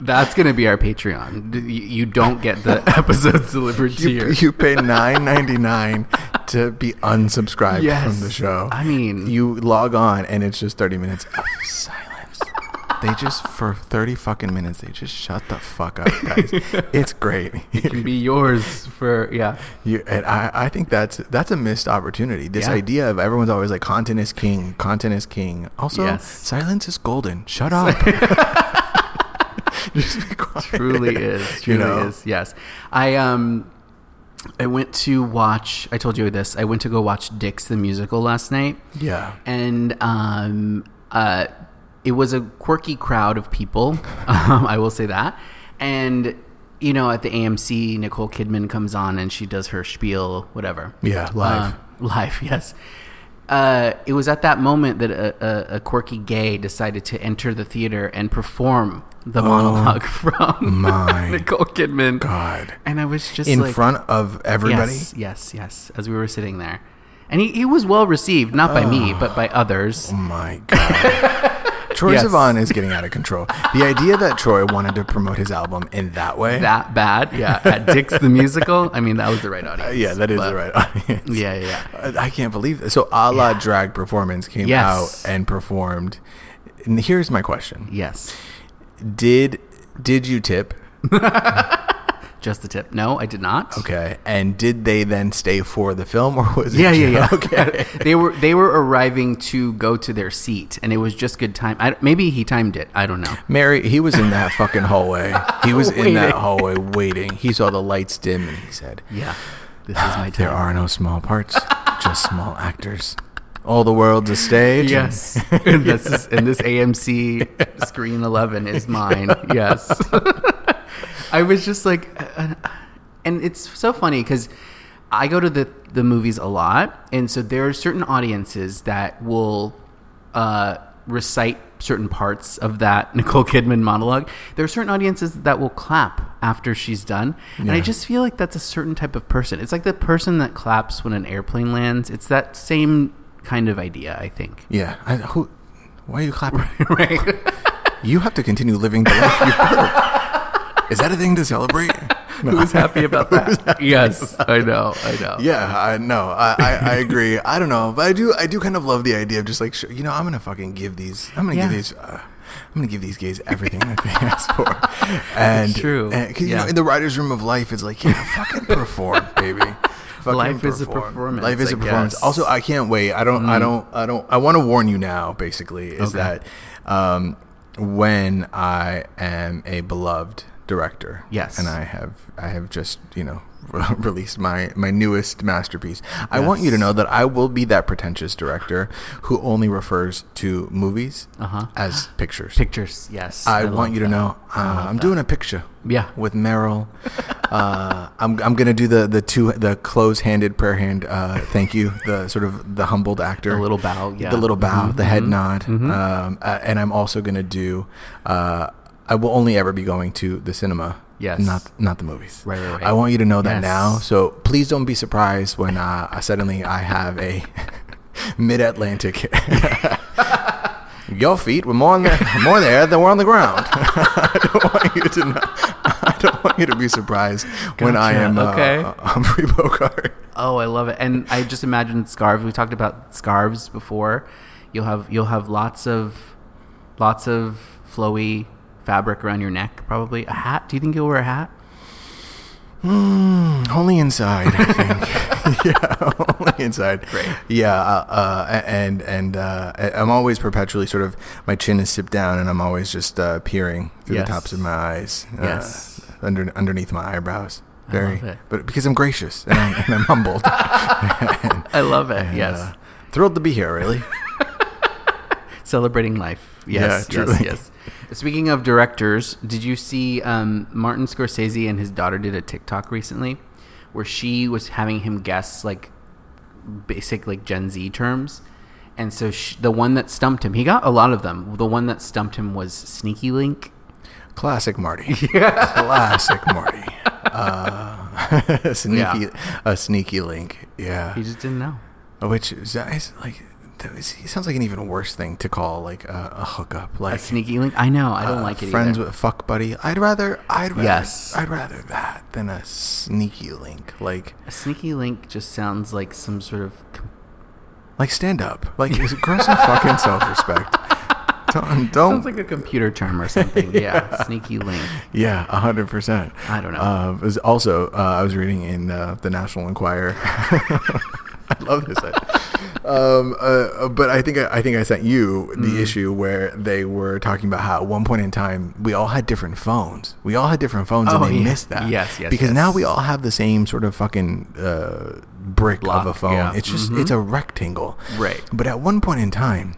[SPEAKER 1] That's gonna be our
[SPEAKER 2] <laughs>
[SPEAKER 1] Patreon. D- You you don't get the episodes delivered to
[SPEAKER 2] you,
[SPEAKER 1] you.
[SPEAKER 2] you pay nine ninety nine to be unsubscribed
[SPEAKER 1] Yes.
[SPEAKER 2] from the show.
[SPEAKER 1] I mean-
[SPEAKER 2] you log on and it's just 30 minutes of
[SPEAKER 1] <laughs>
[SPEAKER 2] silence. They just for 30 fucking minutes they just shut the fuck up, guys. it's great.
[SPEAKER 1] <laughs> It can be yours for yeah.
[SPEAKER 2] You, and I, I think that's that's a missed opportunity. This
[SPEAKER 1] Yeah.
[SPEAKER 2] idea of everyone's always like content is king, content is king. Also,
[SPEAKER 1] Yes.
[SPEAKER 2] silence is golden. Shut up.
[SPEAKER 1] <laughs>
[SPEAKER 2] Just be quiet. <laughs>
[SPEAKER 1] truly is
[SPEAKER 2] You
[SPEAKER 1] truly
[SPEAKER 2] know?
[SPEAKER 1] is yes i um i went to watch i told you this i went to go watch dicks the musical last night
[SPEAKER 2] Yeah.
[SPEAKER 1] and um uh it was a quirky crowd of people <laughs> um, i will say that and you know at the amc nicole kidman comes on and she does her spiel whatever
[SPEAKER 2] Yeah,
[SPEAKER 1] uh,
[SPEAKER 2] live.
[SPEAKER 1] live, <laughs> yes. Uh, it was at that moment that a, a, a quirky gay decided to enter the theater and perform the monologue <laughs> from
[SPEAKER 2] Oh my
[SPEAKER 1] <laughs> Nicole Kidman.
[SPEAKER 2] God.
[SPEAKER 1] And I was just
[SPEAKER 2] In
[SPEAKER 1] like,
[SPEAKER 2] front of everybody.
[SPEAKER 1] Yes, yes, yes. As we were sitting there, and he, he was well received, not by me, but by others.
[SPEAKER 2] Oh my God.
[SPEAKER 1] <laughs>
[SPEAKER 2] Troy
[SPEAKER 1] Yes.
[SPEAKER 2] Sivan is getting out of control. The idea that Troy wanted to promote his album in that
[SPEAKER 1] <laughs>
[SPEAKER 2] way.
[SPEAKER 1] That bad, yeah. At Dick's the musical, I mean, that was the right audience.
[SPEAKER 2] Uh, yeah, that is
[SPEAKER 1] but-
[SPEAKER 2] the right <laughs> audience.
[SPEAKER 1] Yeah, yeah, yeah.
[SPEAKER 2] I I can't believe this. So, a la drag performance came
[SPEAKER 1] Yes.
[SPEAKER 2] out and performed. And here's my question:
[SPEAKER 1] Yes,
[SPEAKER 2] Did did you tip?
[SPEAKER 1] just the tip. No, I did not.
[SPEAKER 2] Okay, and did they then stay for the film, or was it
[SPEAKER 1] Yeah, yeah,
[SPEAKER 2] ju-
[SPEAKER 1] yeah.
[SPEAKER 2] <laughs> Okay,
[SPEAKER 1] <laughs> they were they were arriving to go to their seat, and it was just good time. I, maybe he timed it. I don't know.
[SPEAKER 2] Mary, he was in that fucking hallway. He was in that
[SPEAKER 1] Waiting.
[SPEAKER 2] hallway waiting. He saw the lights dim, and he said,
[SPEAKER 1] Yeah, this is my
[SPEAKER 2] There
[SPEAKER 1] time.
[SPEAKER 2] are no small parts, just small actors. All the world's a stage.
[SPEAKER 1] Yes, <laughs> and this is, and this AMC Screen Eleven is mine. <laughs> Yes, I was just like, uh, uh, and it's so funny because I go to the the movies a lot, and so there are certain audiences that will uh, recite certain parts of that <laughs> Nicole Kidman monologue. There are certain audiences that will clap after she's done, and I
[SPEAKER 2] Yeah.
[SPEAKER 1] just feel like that's a certain type of person. It's like the person that claps when an airplane lands. It's that same kind of idea, I think.
[SPEAKER 2] Yeah. I, who? Why are you clapping?
[SPEAKER 1] <laughs> right?
[SPEAKER 2] You have to continue living the life you've heard. Is that a thing to celebrate? No.
[SPEAKER 1] <laughs> Who's happy about that? yes, I know, I know.
[SPEAKER 2] Yeah, I know. I, I, I
[SPEAKER 1] <laughs>
[SPEAKER 2] agree. I don't know, but I do. I do kind of love the idea of just like sure, you know, I'm gonna fucking give these. I'm gonna give
[SPEAKER 1] Yeah.
[SPEAKER 2] these. Uh, I'm gonna give these gays everything that they
[SPEAKER 1] <laughs>
[SPEAKER 2] ask for. And
[SPEAKER 1] true.
[SPEAKER 2] and- 'cause, you
[SPEAKER 1] Yeah.
[SPEAKER 2] know, in the writers' room of life, it's
[SPEAKER 1] <laughs>
[SPEAKER 2] like yeah, fucking perform, baby. Fucking
[SPEAKER 1] Life is a performance,
[SPEAKER 2] Life
[SPEAKER 1] I
[SPEAKER 2] is a performance.
[SPEAKER 1] guess. Mm-hmm.
[SPEAKER 2] Also, I can't wait. I don't. I don't. I don't. I want to warn you now. Basically, is
[SPEAKER 1] Okay.
[SPEAKER 2] that um, when I am a beloved director.
[SPEAKER 1] Yes.
[SPEAKER 2] and I I have I have just you know <laughs> released my my newest masterpiece. I want you to
[SPEAKER 1] Yes.
[SPEAKER 2] know that I will be that pretentious director who only refers to movies
[SPEAKER 1] Uh-huh.
[SPEAKER 2] as pictures.
[SPEAKER 1] Pictures, yes.
[SPEAKER 2] I,
[SPEAKER 1] love
[SPEAKER 2] want you to
[SPEAKER 1] that.
[SPEAKER 2] know uh, I'm doing a picture.
[SPEAKER 1] Yeah.
[SPEAKER 2] with
[SPEAKER 1] <laughs>
[SPEAKER 2] Meryl. uh, I'm I'm gonna do the the two the close-handed prayer hand. Uh, thank you. The sort of the humbled actor.
[SPEAKER 1] The little bow, yeah. Mm-hmm.
[SPEAKER 2] The little bow. The head nod. Um, uh, and I'm also gonna do. Uh, I will only ever be going to the cinema.
[SPEAKER 1] Yes.
[SPEAKER 2] Not not the movies.
[SPEAKER 1] Right, right, right.
[SPEAKER 2] I want you to know that
[SPEAKER 1] Yes.
[SPEAKER 2] now. So please don't be surprised when uh, I suddenly I have a <laughs> mid-Atlantic. <laughs> Your feet were more on the, <laughs> more there than were on the ground. <laughs> I don't want you to know. <laughs> I don't want you to be surprised when I
[SPEAKER 1] Gotcha.
[SPEAKER 2] am uh,
[SPEAKER 1] Okay.
[SPEAKER 2] <laughs> Humphrey Bogart.
[SPEAKER 1] Oh, I love it. And I just imagine scarves. We talked about scarves before. You'll have you'll have lots of lots of flowy fabric around your neck, probably. A hat. Do you think you'll wear a hat?
[SPEAKER 2] Hmm, Only inside, I
[SPEAKER 1] <laughs>
[SPEAKER 2] think. <laughs> yeah, only inside.
[SPEAKER 1] Great.
[SPEAKER 2] Yeah, uh, uh, and and uh, I- I'm always perpetually sort of my chin is dipped down, and I'm always just uh, peering through
[SPEAKER 1] Yes.
[SPEAKER 2] the tops of my eyes. uh,
[SPEAKER 1] Yes.
[SPEAKER 2] under underneath my eyebrows.
[SPEAKER 1] I
[SPEAKER 2] Very,
[SPEAKER 1] love it.
[SPEAKER 2] but because I'm gracious and I'm, and
[SPEAKER 1] <laughs>
[SPEAKER 2] I'm humbled. And,
[SPEAKER 1] I love it.
[SPEAKER 2] uh,
[SPEAKER 1] yes.
[SPEAKER 2] thrilled to be here.
[SPEAKER 1] <laughs>
[SPEAKER 2] Really.
[SPEAKER 1] Celebrating life. Yes,
[SPEAKER 2] Yeah,
[SPEAKER 1] yes,
[SPEAKER 2] truly.
[SPEAKER 1] yes.
[SPEAKER 2] <laughs>
[SPEAKER 1] Speaking of directors, did you see um, Martin Scorsese and his daughter did a TikTok recently where she was having him guess like basic like Gen Z terms? And so sh the one that stumped him, he got a lot of them. The one that stumped him was Sneaky Link.
[SPEAKER 2] Classic Marty. Classic
[SPEAKER 1] <laughs>
[SPEAKER 2] Marty. Uh, <laughs> sneaky,
[SPEAKER 1] Yeah.
[SPEAKER 2] a sneaky link. Yeah.
[SPEAKER 1] He just didn't know.
[SPEAKER 2] Which is is, like that was- it sounds like an even worse thing to call like a, a hookup, like
[SPEAKER 1] A sneaky link. I know. I don't
[SPEAKER 2] uh,
[SPEAKER 1] like it.
[SPEAKER 2] Friends
[SPEAKER 1] either.
[SPEAKER 2] with fuck buddy. I'd rather, I'd rather,
[SPEAKER 1] Yes.
[SPEAKER 2] I'd rather that than a sneaky link, like
[SPEAKER 1] a sneaky link just sounds like some sort of. com-
[SPEAKER 2] like stand up, like <laughs> is it grow some fucking self respect. Don't, don't
[SPEAKER 1] Sounds like a computer term or
[SPEAKER 2] <laughs>
[SPEAKER 1] something. yeah, sneaky link.
[SPEAKER 2] Yeah, a hundred percent.
[SPEAKER 1] I don't know.
[SPEAKER 2] Uh, it was also, uh, I was reading in uh, the National Enquirer. <laughs> I love this. um, uh, but I think I, I think I sent you
[SPEAKER 1] Mm-hmm.
[SPEAKER 2] the issue where they were talking about how at one point in time we all had different phones. We all had different phones,
[SPEAKER 1] Oh,
[SPEAKER 2] and they
[SPEAKER 1] yeah.
[SPEAKER 2] missed that.
[SPEAKER 1] Yes, yes,
[SPEAKER 2] Because
[SPEAKER 1] yes.
[SPEAKER 2] now we all have the same sort of fucking uh, brick
[SPEAKER 1] Block,
[SPEAKER 2] of a phone.
[SPEAKER 1] yeah. Mm-hmm.
[SPEAKER 2] It's just it's a rectangle.
[SPEAKER 1] Right.
[SPEAKER 2] But at one point in time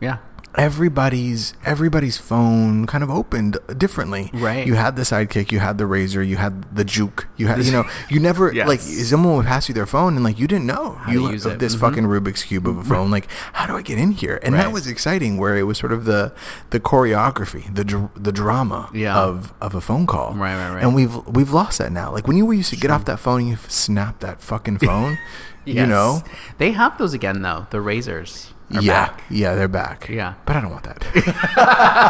[SPEAKER 1] Yeah.
[SPEAKER 2] everybody's everybody's phone kind of opened differently.
[SPEAKER 1] Right.
[SPEAKER 2] You had the sidekick, you had the razor, you had the juke, you had you know you never
[SPEAKER 1] <laughs> Yes.
[SPEAKER 2] like someone would pass you their phone and like you didn't know
[SPEAKER 1] to
[SPEAKER 2] you
[SPEAKER 1] use
[SPEAKER 2] of
[SPEAKER 1] it.
[SPEAKER 2] this
[SPEAKER 1] Mhm.
[SPEAKER 2] fucking Rubik's cube of a phone. Like how do I get in here? And that
[SPEAKER 1] Right.
[SPEAKER 2] was exciting where it was sort of the the choreography, the dr- the drama
[SPEAKER 1] Yeah.
[SPEAKER 2] of of a phone call.
[SPEAKER 1] Right, right, right.
[SPEAKER 2] And we've we've lost that now. Like when you used to get off that phone, and you snap that
[SPEAKER 1] <laughs>
[SPEAKER 2] fucking phone. You
[SPEAKER 1] Yes.
[SPEAKER 2] know,
[SPEAKER 1] They have those again though. The razors. Are
[SPEAKER 2] yeah,
[SPEAKER 1] Back.
[SPEAKER 2] yeah, they're back.
[SPEAKER 1] Yeah.
[SPEAKER 2] but I don't want that.
[SPEAKER 1] <laughs>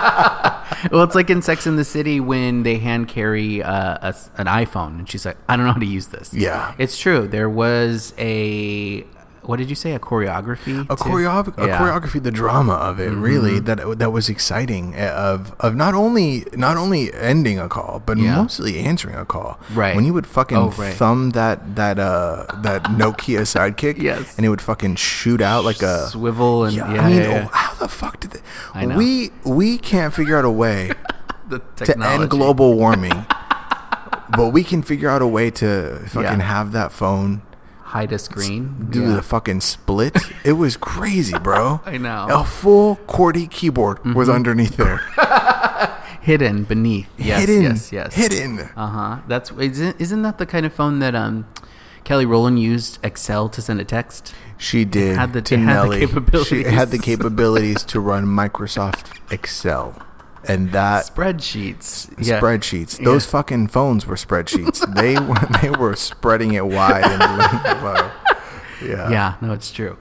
[SPEAKER 1] Well, it's like in Sex in the City when they hand carry uh, a s an iPhone, and she's like, "I don't know how to use this."
[SPEAKER 2] Yeah.
[SPEAKER 1] it's true. There was a what did you say? A choreography.
[SPEAKER 2] a, choreog- a choreography, the drama of it, really
[SPEAKER 1] Mm-hmm.
[SPEAKER 2] that that was exciting. uh, Of of not only not only ending a call, but
[SPEAKER 1] Yeah.
[SPEAKER 2] mostly answering a call.
[SPEAKER 1] Right.
[SPEAKER 2] when you would fucking
[SPEAKER 1] Oh, right.
[SPEAKER 2] thumb that that uh that Nokia sidekick,
[SPEAKER 1] Yes.
[SPEAKER 2] and it would fucking shoot out like a.
[SPEAKER 1] swivel and
[SPEAKER 2] uh, Yeah,
[SPEAKER 1] yeah,
[SPEAKER 2] I mean,
[SPEAKER 1] yeah, yeah.
[SPEAKER 2] oh, how the fuck did they,
[SPEAKER 1] I know.
[SPEAKER 2] we we can't figure out a
[SPEAKER 1] <laughs>
[SPEAKER 2] way
[SPEAKER 1] the
[SPEAKER 2] oh, to
[SPEAKER 1] technology.
[SPEAKER 2] end global warming, but we can figure out a way to fucking
[SPEAKER 1] Yeah.
[SPEAKER 2] have that phone
[SPEAKER 1] hide a screen.
[SPEAKER 2] do
[SPEAKER 1] Yeah.
[SPEAKER 2] the fucking split. It was crazy,
[SPEAKER 1] <laughs>
[SPEAKER 2] bro.
[SPEAKER 1] I know.
[SPEAKER 2] A full QWERTY keyboard was
[SPEAKER 1] Mm-hmm.
[SPEAKER 2] underneath there.
[SPEAKER 1] hidden beneath. <laughs> Yes,
[SPEAKER 2] hidden.
[SPEAKER 1] yes, yes.
[SPEAKER 2] Hidden.
[SPEAKER 1] Uh huh. That's isn't isn't that the kind of phone that um Kelly Rowland used Excel to send a text?
[SPEAKER 2] She did.
[SPEAKER 1] had the-
[SPEAKER 2] to
[SPEAKER 1] it had the
[SPEAKER 2] Nelly. She had the
[SPEAKER 1] <laughs> capabilities.
[SPEAKER 2] capabilities to run Microsoft Excel. And that
[SPEAKER 1] Spreadsheets. Yeah.
[SPEAKER 2] Uh, spreadsheets. Those fucking phones were
[SPEAKER 1] <laughs>
[SPEAKER 2] spreadsheets. they were they were spreading it wide and <laughs> laying low. Yeah.
[SPEAKER 1] Yeah, no, it's true.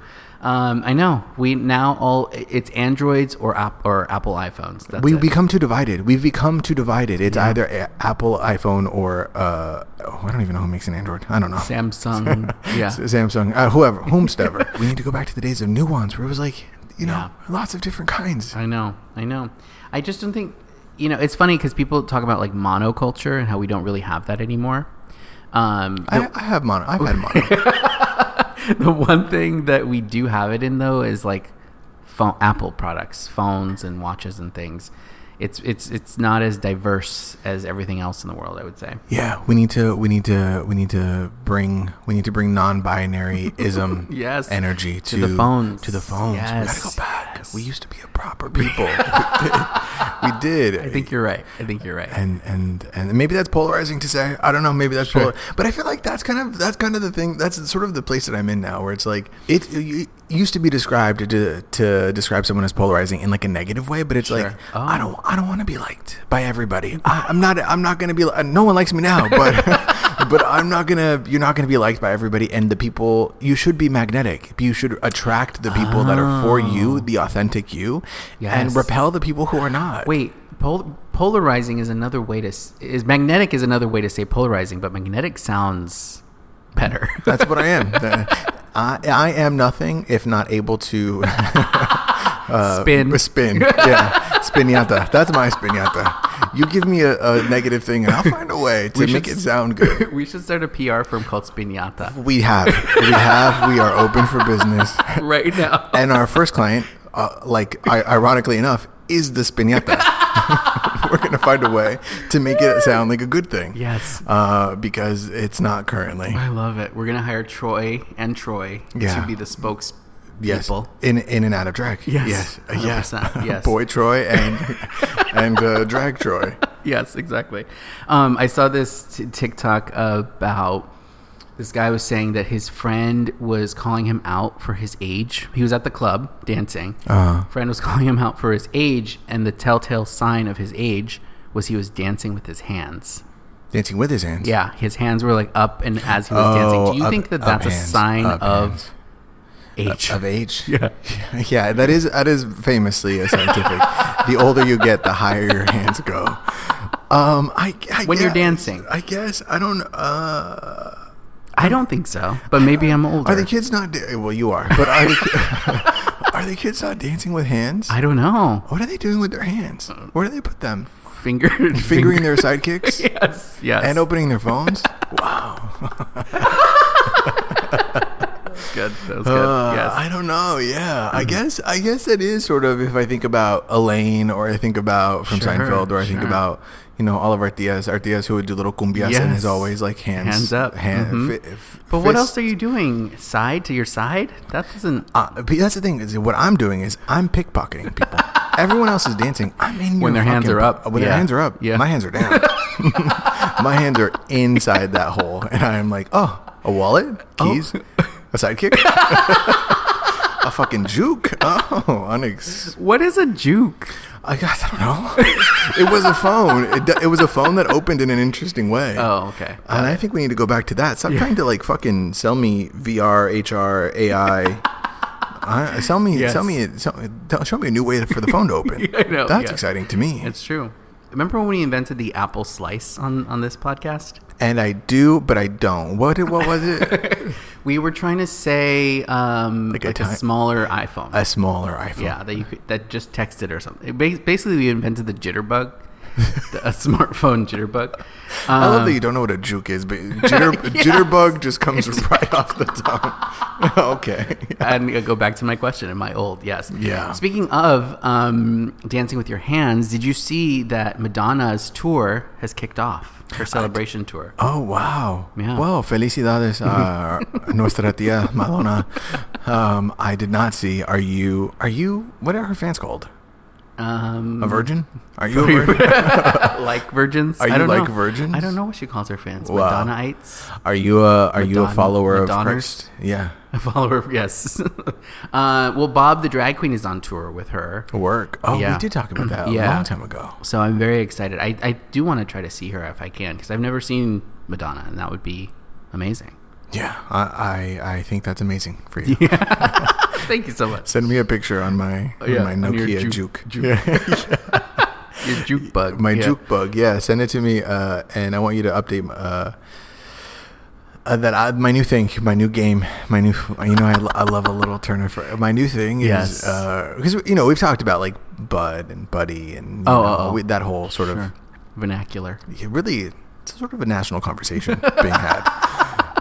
[SPEAKER 1] Um, I know. We now all it's Androids or app or Apple iPhones. That's
[SPEAKER 2] we
[SPEAKER 1] it.
[SPEAKER 2] become too divided. We've become too divided. It's either a- Apple iPhone or uh, oh, I don't even know who makes an Android. I don't know. <laughs>
[SPEAKER 1] Samsung. yeah.
[SPEAKER 2] S- Samsung, uh, whoever, whomstever. <laughs> we need to go back to the days of nuance where it was like, you know, lots of different kinds.
[SPEAKER 1] I know. I know. I just don't think you know, it's funny cuz people talk about like monoculture and how we don't really have that anymore. Um,
[SPEAKER 2] I, I have mono. I've had mono.
[SPEAKER 1] <laughs> the one thing that we do have it in though is like phone, Apple products, phones and watches and things. It's it's it's not as diverse as everything else in the world. I would say.
[SPEAKER 2] yeah, we need to, we need to, we need to bring, we need to bring non-binary ism
[SPEAKER 1] <laughs> Yes.
[SPEAKER 2] energy to,
[SPEAKER 1] the phones.
[SPEAKER 2] To the phones. We gotta
[SPEAKER 1] Yes,
[SPEAKER 2] go back. We used to be a proper people. <laughs> we did.
[SPEAKER 1] I think you're right. I think you're right.
[SPEAKER 2] and and and maybe that's polarizing to say. I don't know. Maybe that's polar, but I feel like that's kind of that's kind of the thing. That's sort of the place that I'm in now, where it's like it, it used to be described to to describe someone as polarizing in like a negative way, but it's like
[SPEAKER 1] Oh.
[SPEAKER 2] I don't I don't want to be liked by everybody. I, I'm not I'm not gonna be. li- No one likes me now,
[SPEAKER 1] <laughs>
[SPEAKER 2] but. But I'm not gonna. You're not gonna be liked by everybody, and the people. You should be magnetic. You should attract the people that are for you, the authentic you, and
[SPEAKER 1] Oh. Yes.
[SPEAKER 2] repel the people who are not.
[SPEAKER 1] Wait, pol- polarizing is another way to s- is magnetic is another way to say polarizing, but magnetic sounds
[SPEAKER 2] <laughs>
[SPEAKER 1] better. <laughs>
[SPEAKER 2] That's what I am. Uh, I, I am nothing if not
[SPEAKER 1] <laughs>
[SPEAKER 2] able to uh,
[SPEAKER 1] Spin.
[SPEAKER 2] <laughs> Spin. Yeah. Spinata. That's my spinata. You give me a, a negative thing and I'll find a way to
[SPEAKER 1] We
[SPEAKER 2] make
[SPEAKER 1] should-
[SPEAKER 2] it sound good.
[SPEAKER 1] we should start a PR firm called
[SPEAKER 2] <laughs>
[SPEAKER 1] Spinata
[SPEAKER 2] We have. We have. We are open for business.
[SPEAKER 1] right
[SPEAKER 2] <laughs>
[SPEAKER 1] now.
[SPEAKER 2] And our first client, uh, like, I- ironically enough, is the spinata. <laughs> We're going to find a way to make it sound like a good thing.
[SPEAKER 1] Yes.
[SPEAKER 2] Uh, because it's not currently.
[SPEAKER 1] I love it. We're gonna hire Troy and Troy
[SPEAKER 2] Yeah.
[SPEAKER 1] to be the spokes
[SPEAKER 2] Yes.
[SPEAKER 1] people.
[SPEAKER 2] In in and out of drag.
[SPEAKER 1] Yes.
[SPEAKER 2] Yes. Uh,
[SPEAKER 1] 100%.
[SPEAKER 2] <laughs> Yes.
[SPEAKER 1] Yes.
[SPEAKER 2] Boy Troy and
[SPEAKER 1] <laughs>
[SPEAKER 2] and uh, drag Troy.
[SPEAKER 1] yes, exactly. Um, I saw this t- TikTok about this guy was saying that his friend was calling him out for his age. He was at the club dancing.
[SPEAKER 2] Uh-huh.
[SPEAKER 1] Friend was <laughs> calling him out for his age, and the telltale sign of his age was he was dancing with his hands.
[SPEAKER 2] Dancing with his hands.
[SPEAKER 1] Yeah, his hands were like up and as he was dancing. Do you
[SPEAKER 2] Oh, up-
[SPEAKER 1] think that
[SPEAKER 2] up
[SPEAKER 1] that's a
[SPEAKER 2] hands,
[SPEAKER 1] sign
[SPEAKER 2] up
[SPEAKER 1] of
[SPEAKER 2] hands.
[SPEAKER 1] Age.
[SPEAKER 2] of age.
[SPEAKER 1] Yeah.
[SPEAKER 2] <laughs> yeah, that is that is famously a scientific. the older you get, the higher your hands go. Um, I, I
[SPEAKER 1] When you're
[SPEAKER 2] guess-
[SPEAKER 1] dancing.
[SPEAKER 2] I guess I don't. Uh,
[SPEAKER 1] I don't think so, but maybe I'm older.
[SPEAKER 2] are the kids not? Da- well, you are, but are the, <laughs> are the kids not dancing with hands?
[SPEAKER 1] I Uh, don't know.
[SPEAKER 2] what are they doing with their hands? Where do they put them?
[SPEAKER 1] Finger
[SPEAKER 2] <laughs> Fingering their
[SPEAKER 1] <laughs>
[SPEAKER 2] sidekicks
[SPEAKER 1] yes, yes.
[SPEAKER 2] and opening their phones.
[SPEAKER 1] That's good. That was <laughs> good. Yes.
[SPEAKER 2] Uh,
[SPEAKER 1] Mm-hmm.
[SPEAKER 2] I don't know. Yeah, I guess I guess that is sort of if I think about Elaine or I think about from
[SPEAKER 1] Sure,
[SPEAKER 2] Seinfeld or I think
[SPEAKER 1] sure.
[SPEAKER 2] about you know Oliver Diaz, Artiaz who would do little cumbias and
[SPEAKER 1] Yes.
[SPEAKER 2] is always like hands
[SPEAKER 1] Hands up.
[SPEAKER 2] hand,
[SPEAKER 1] Mhm.
[SPEAKER 2] fi- f-
[SPEAKER 1] but what
[SPEAKER 2] fist.
[SPEAKER 1] else are you doing? Side to your side? That doesn't.
[SPEAKER 2] Uh, but that's the thing is what I'm doing is I'm pickpocketing
[SPEAKER 1] <laughs>
[SPEAKER 2] people. Everyone else is dancing. I'm in
[SPEAKER 1] When
[SPEAKER 2] your
[SPEAKER 1] their hands
[SPEAKER 2] fucking
[SPEAKER 1] are up.
[SPEAKER 2] po- When
[SPEAKER 1] Yeah.
[SPEAKER 2] their hands are up,
[SPEAKER 1] Yeah.
[SPEAKER 2] my hands are down.
[SPEAKER 1] <laughs>
[SPEAKER 2] my hands are inside that hole, and I'm like, oh, a wallet, keys, a
[SPEAKER 1] <laughs>
[SPEAKER 2] sidekick, a fucking juke. Oh, unex.
[SPEAKER 1] What is a juke?
[SPEAKER 2] I guess I don't know. <laughs> it was a phone. It, d- it was a phone that opened in an interesting way.
[SPEAKER 1] Oh, okay.
[SPEAKER 2] And I think we need to go back to that. Stop trying to like fucking sell me VR, HR,
[SPEAKER 1] <laughs>
[SPEAKER 2] AI. I, Uh, sell me,
[SPEAKER 1] Yes.
[SPEAKER 2] sell me, sell me tell, show me a new way for the phone to open.
[SPEAKER 1] I know, <laughs>
[SPEAKER 2] That's
[SPEAKER 1] yeah.
[SPEAKER 2] exciting to me.
[SPEAKER 1] It's true. Remember when we invented the apple slice on, on this podcast?
[SPEAKER 2] and I do, but I don't. What? did- What was
[SPEAKER 1] <laughs>
[SPEAKER 2] it?
[SPEAKER 1] We were trying to say um, like,
[SPEAKER 2] a
[SPEAKER 1] a,
[SPEAKER 2] ti-
[SPEAKER 1] smaller iPhone.
[SPEAKER 2] a smaller iPhone.
[SPEAKER 1] yeah, that you could, that just texted or something. It ba- basically, we invented the jitterbug, <laughs> the, a smartphone jitterbug.
[SPEAKER 2] I love that
[SPEAKER 1] Um,
[SPEAKER 2] you don't know what a juke is, but jitter,
[SPEAKER 1] <laughs> Yes.
[SPEAKER 2] jitterbug just comes <laughs> right off the tongue. <laughs> okay.
[SPEAKER 1] and I go back to my question. Am I old? Yes.
[SPEAKER 2] Yeah.
[SPEAKER 1] Speaking of um, dancing with your hands, did you see that Madonna's tour has kicked off? Her celebration tour.
[SPEAKER 2] Oh wow!
[SPEAKER 1] Yeah.
[SPEAKER 2] Wow! Felicidades,
[SPEAKER 1] <laughs>
[SPEAKER 2] uh, nuestra tía Madonna. Um, I did not see. Are you? Are you? What are her fans called?
[SPEAKER 1] Um, <laughs>
[SPEAKER 2] A virgin? Are you a virgin?
[SPEAKER 1] like virgins.
[SPEAKER 2] Are
[SPEAKER 1] I
[SPEAKER 2] you
[SPEAKER 1] don't
[SPEAKER 2] like
[SPEAKER 1] know.
[SPEAKER 2] virgins?
[SPEAKER 1] I don't know what she calls her fans.
[SPEAKER 2] Wow.
[SPEAKER 1] Madonnaites, <laughs>
[SPEAKER 2] Are you a? Are you a
[SPEAKER 1] Madonna-
[SPEAKER 2] follower
[SPEAKER 1] Madonnas?
[SPEAKER 2] of Christ? Yeah.
[SPEAKER 1] a follower. of- Yes. <laughs> uh, well, Bob the drag queen is on tour with her,
[SPEAKER 2] Work. Oh,
[SPEAKER 1] Yeah.
[SPEAKER 2] we did talk about that
[SPEAKER 1] Yeah.
[SPEAKER 2] a long time ago.
[SPEAKER 1] so I'm very excited. I, I do want to try to see her if I can because I've never seen Madonna, and that would be amazing.
[SPEAKER 2] Yeah. I I, I think that's amazing
[SPEAKER 1] <laughs>
[SPEAKER 2] for you.
[SPEAKER 1] Thank you so much.
[SPEAKER 2] Send me a picture on my on
[SPEAKER 1] yeah,
[SPEAKER 2] my
[SPEAKER 1] on your
[SPEAKER 2] Nokia
[SPEAKER 1] juke-
[SPEAKER 2] juke.
[SPEAKER 1] juke.
[SPEAKER 2] Yeah. <laughs>
[SPEAKER 1] Your juke bug.
[SPEAKER 2] my
[SPEAKER 1] yeah.
[SPEAKER 2] juke bug. Yeah, send it to me, uh, and I want you to update uh, uh, that I, my new thing, my new game, my new. You know, I, lo- I love a little Turner. For, my new thing
[SPEAKER 1] Yes.
[SPEAKER 2] is because you know we've talked about like Bud and Buddy and you
[SPEAKER 1] Oh,
[SPEAKER 2] know,
[SPEAKER 1] oh, oh.
[SPEAKER 2] we- that whole sort of
[SPEAKER 1] Sure. vernacular.
[SPEAKER 2] yeah, really it's sort of a national conversation
[SPEAKER 1] <laughs>
[SPEAKER 2] being had.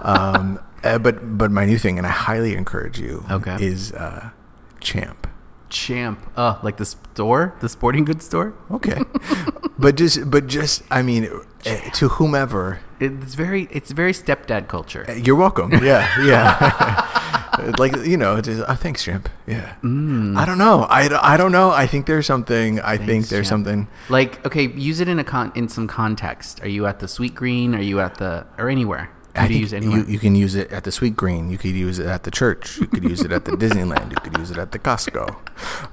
[SPEAKER 2] Um, uh, but but my new thing, and I highly encourage you,
[SPEAKER 1] Okay.
[SPEAKER 2] is uh, Champ.
[SPEAKER 1] Champ. Uh, like the store, the sporting goods store.
[SPEAKER 2] Okay, <laughs> but just but just I mean, uh, to whomever
[SPEAKER 1] It's very, it's very stepdad culture. <laughs>
[SPEAKER 2] You're welcome. Yeah, yeah. <laughs> like you know, just, uh, thanks, Shrimp. Yeah.
[SPEAKER 1] Mm.
[SPEAKER 2] I don't know. I, I don't know. I think there's something. I think there's
[SPEAKER 1] Shrimp.
[SPEAKER 2] something.
[SPEAKER 1] Like, okay, use it in a con- in some context. Are you at the Sweet Green? Are you at the or anywhere? Can
[SPEAKER 2] I
[SPEAKER 1] you
[SPEAKER 2] think
[SPEAKER 1] use it anywhere?
[SPEAKER 2] you, you can use it at the Sweet Green. You could use it at the church. You could use it
[SPEAKER 1] <laughs>
[SPEAKER 2] at the Disneyland. You could use it at the Costco.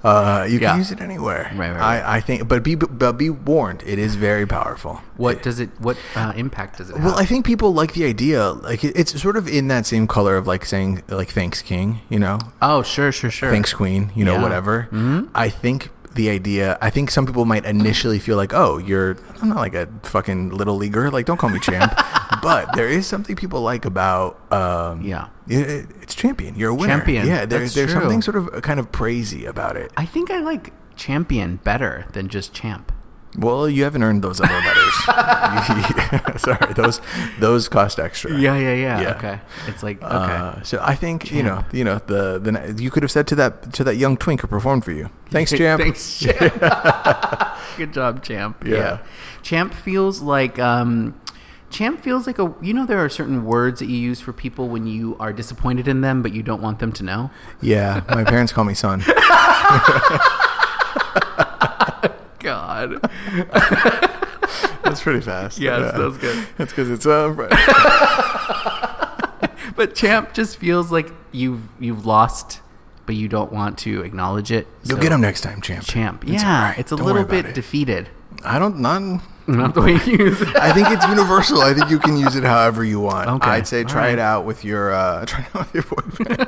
[SPEAKER 2] Uh, you
[SPEAKER 1] Yeah.
[SPEAKER 2] can use it anywhere.
[SPEAKER 1] Right, right, right.
[SPEAKER 2] I, I think, but be but be warned. It is very powerful.
[SPEAKER 1] what does it? What uh, impact does it have?
[SPEAKER 2] Well, I think people like the idea. Like it- it's sort of in that same color of like saying like thanks, King. You know,
[SPEAKER 1] oh, sure, sure, sure.
[SPEAKER 2] thanks queen you know
[SPEAKER 1] Yeah. Mm-hmm.
[SPEAKER 2] whatever i think the idea i think some people might initially feel like oh you're i'm not like a fucking little leaguer like don't call me
[SPEAKER 1] <laughs>
[SPEAKER 2] champ but there is something people like about um
[SPEAKER 1] Yeah.
[SPEAKER 2] it- it- it's champion you're a winner
[SPEAKER 1] Champion,
[SPEAKER 2] yeah there,
[SPEAKER 1] that's
[SPEAKER 2] there's
[SPEAKER 1] true.
[SPEAKER 2] something sort of uh, kind of praisy about it
[SPEAKER 1] I think I like champion better than just champ.
[SPEAKER 2] well you haven't earned those
[SPEAKER 1] <laughs>
[SPEAKER 2] other letters <laughs> sorry those those cost extra
[SPEAKER 1] Yeah, yeah, yeah.
[SPEAKER 2] Yeah.
[SPEAKER 1] Okay, it's like okay.
[SPEAKER 2] Uh, so I think you know, you know, the the you could have said to that to that young twink who performed for you.
[SPEAKER 1] <laughs>
[SPEAKER 2] Thanks, champ.
[SPEAKER 1] Thanks, champ. <laughs> Good job, champ. Yeah.
[SPEAKER 2] Yeah.
[SPEAKER 1] champ feels like um, champ feels like a. You know, there are certain words that you use for people when you are disappointed in them, but you don't want them to know.
[SPEAKER 2] Yeah, my parents call me son.
[SPEAKER 1] <laughs> God.
[SPEAKER 2] That's pretty fast.
[SPEAKER 1] Yes, that was good.
[SPEAKER 2] That's because it's uh,
[SPEAKER 1] But champ just feels like you've you've lost, but you don't want to acknowledge it.
[SPEAKER 2] You'll
[SPEAKER 1] So-
[SPEAKER 2] get him next time, champ.
[SPEAKER 1] champ.
[SPEAKER 2] It's
[SPEAKER 1] yeah,
[SPEAKER 2] all right.
[SPEAKER 1] it's a
[SPEAKER 2] Don't
[SPEAKER 1] little
[SPEAKER 2] worry about
[SPEAKER 1] bit
[SPEAKER 2] it.
[SPEAKER 1] <laughs> defeated.
[SPEAKER 2] I don't not.
[SPEAKER 1] Not the way you use it.
[SPEAKER 2] I think it's universal. I think you can use it however you want.
[SPEAKER 1] Okay.
[SPEAKER 2] I'd say
[SPEAKER 1] All
[SPEAKER 2] try
[SPEAKER 1] right.
[SPEAKER 2] it out with your uh, <laughs> try it out with
[SPEAKER 1] <laughs>
[SPEAKER 2] your boyfriend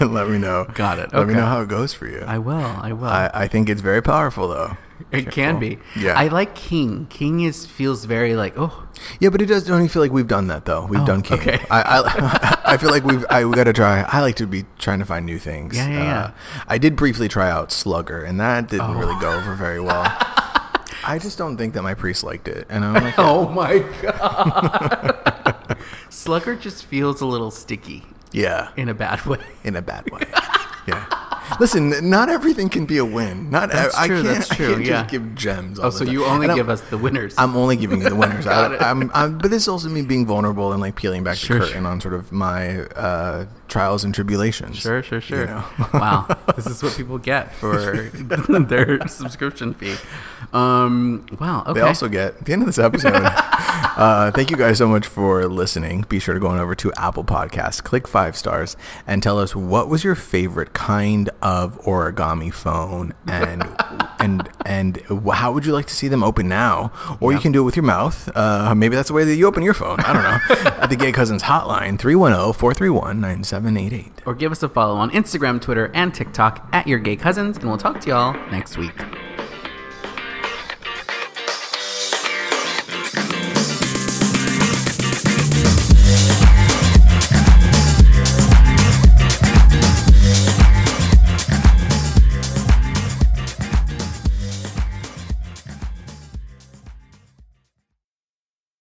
[SPEAKER 2] and let me know.
[SPEAKER 1] Got it.
[SPEAKER 2] Let me
[SPEAKER 1] Okay.
[SPEAKER 2] know how it goes for you.
[SPEAKER 1] I will. I will.
[SPEAKER 2] I, I think it's very powerful though.
[SPEAKER 1] it can be.
[SPEAKER 2] Yeah.
[SPEAKER 1] I like King. King is feels very like oh
[SPEAKER 2] Yeah, but it does. Don't you feel like we've done that though? We've
[SPEAKER 1] Oh,
[SPEAKER 2] done King.
[SPEAKER 1] okay.
[SPEAKER 2] I, I <laughs> I feel like we've I we got to try. I like to be trying to find new things. Uh,
[SPEAKER 1] Yeah, yeah, yeah. Oh.
[SPEAKER 2] I did briefly try out Slugger, and that didn't really go over very
[SPEAKER 1] <laughs>
[SPEAKER 2] well. I just don't think that my priest liked it, and I'm like,
[SPEAKER 1] oh my god. <laughs> Slugger just feels a little sticky
[SPEAKER 2] yeah,
[SPEAKER 1] in a bad way.
[SPEAKER 2] in a bad way. yeah. Listen, not everything can be a win. Not e,
[SPEAKER 1] That's
[SPEAKER 2] I,
[SPEAKER 1] true,
[SPEAKER 2] I can't,
[SPEAKER 1] that's
[SPEAKER 2] I
[SPEAKER 1] true,
[SPEAKER 2] can't
[SPEAKER 1] yeah.
[SPEAKER 2] just give gems. All
[SPEAKER 1] Oh,
[SPEAKER 2] the
[SPEAKER 1] so
[SPEAKER 2] time.
[SPEAKER 1] you only
[SPEAKER 2] And I'm-
[SPEAKER 1] give us the winners.
[SPEAKER 2] I'm only
[SPEAKER 1] <laughs>
[SPEAKER 2] giving you the winners.
[SPEAKER 1] Got
[SPEAKER 2] I,
[SPEAKER 1] it.
[SPEAKER 2] I'm, I'm, but this is also me being vulnerable and like peeling back
[SPEAKER 1] Sure,
[SPEAKER 2] the curtain on sort of my uh, trials and tribulations.
[SPEAKER 1] Sure, sure, sure.
[SPEAKER 2] You know?
[SPEAKER 1] <laughs> wow, this is what people get for <laughs> their subscription fee. Um, wow. Okay.
[SPEAKER 2] They also get at the end of this episode. uh, thank you guys so much for listening. Be sure to go on over to Apple Podcasts, click five stars, and tell us what was your favorite kind of origami phone, and and and wh- how would you like to see them open now? Or you can do it with your mouth. Uh, maybe that's the way that you open your phone. I don't know. at the Gay Cousins Hotline, 310-431-9788.
[SPEAKER 1] or give us a follow on Instagram, Twitter, and TikTok at Your Gay Cousins, and we'll talk to y'all next week.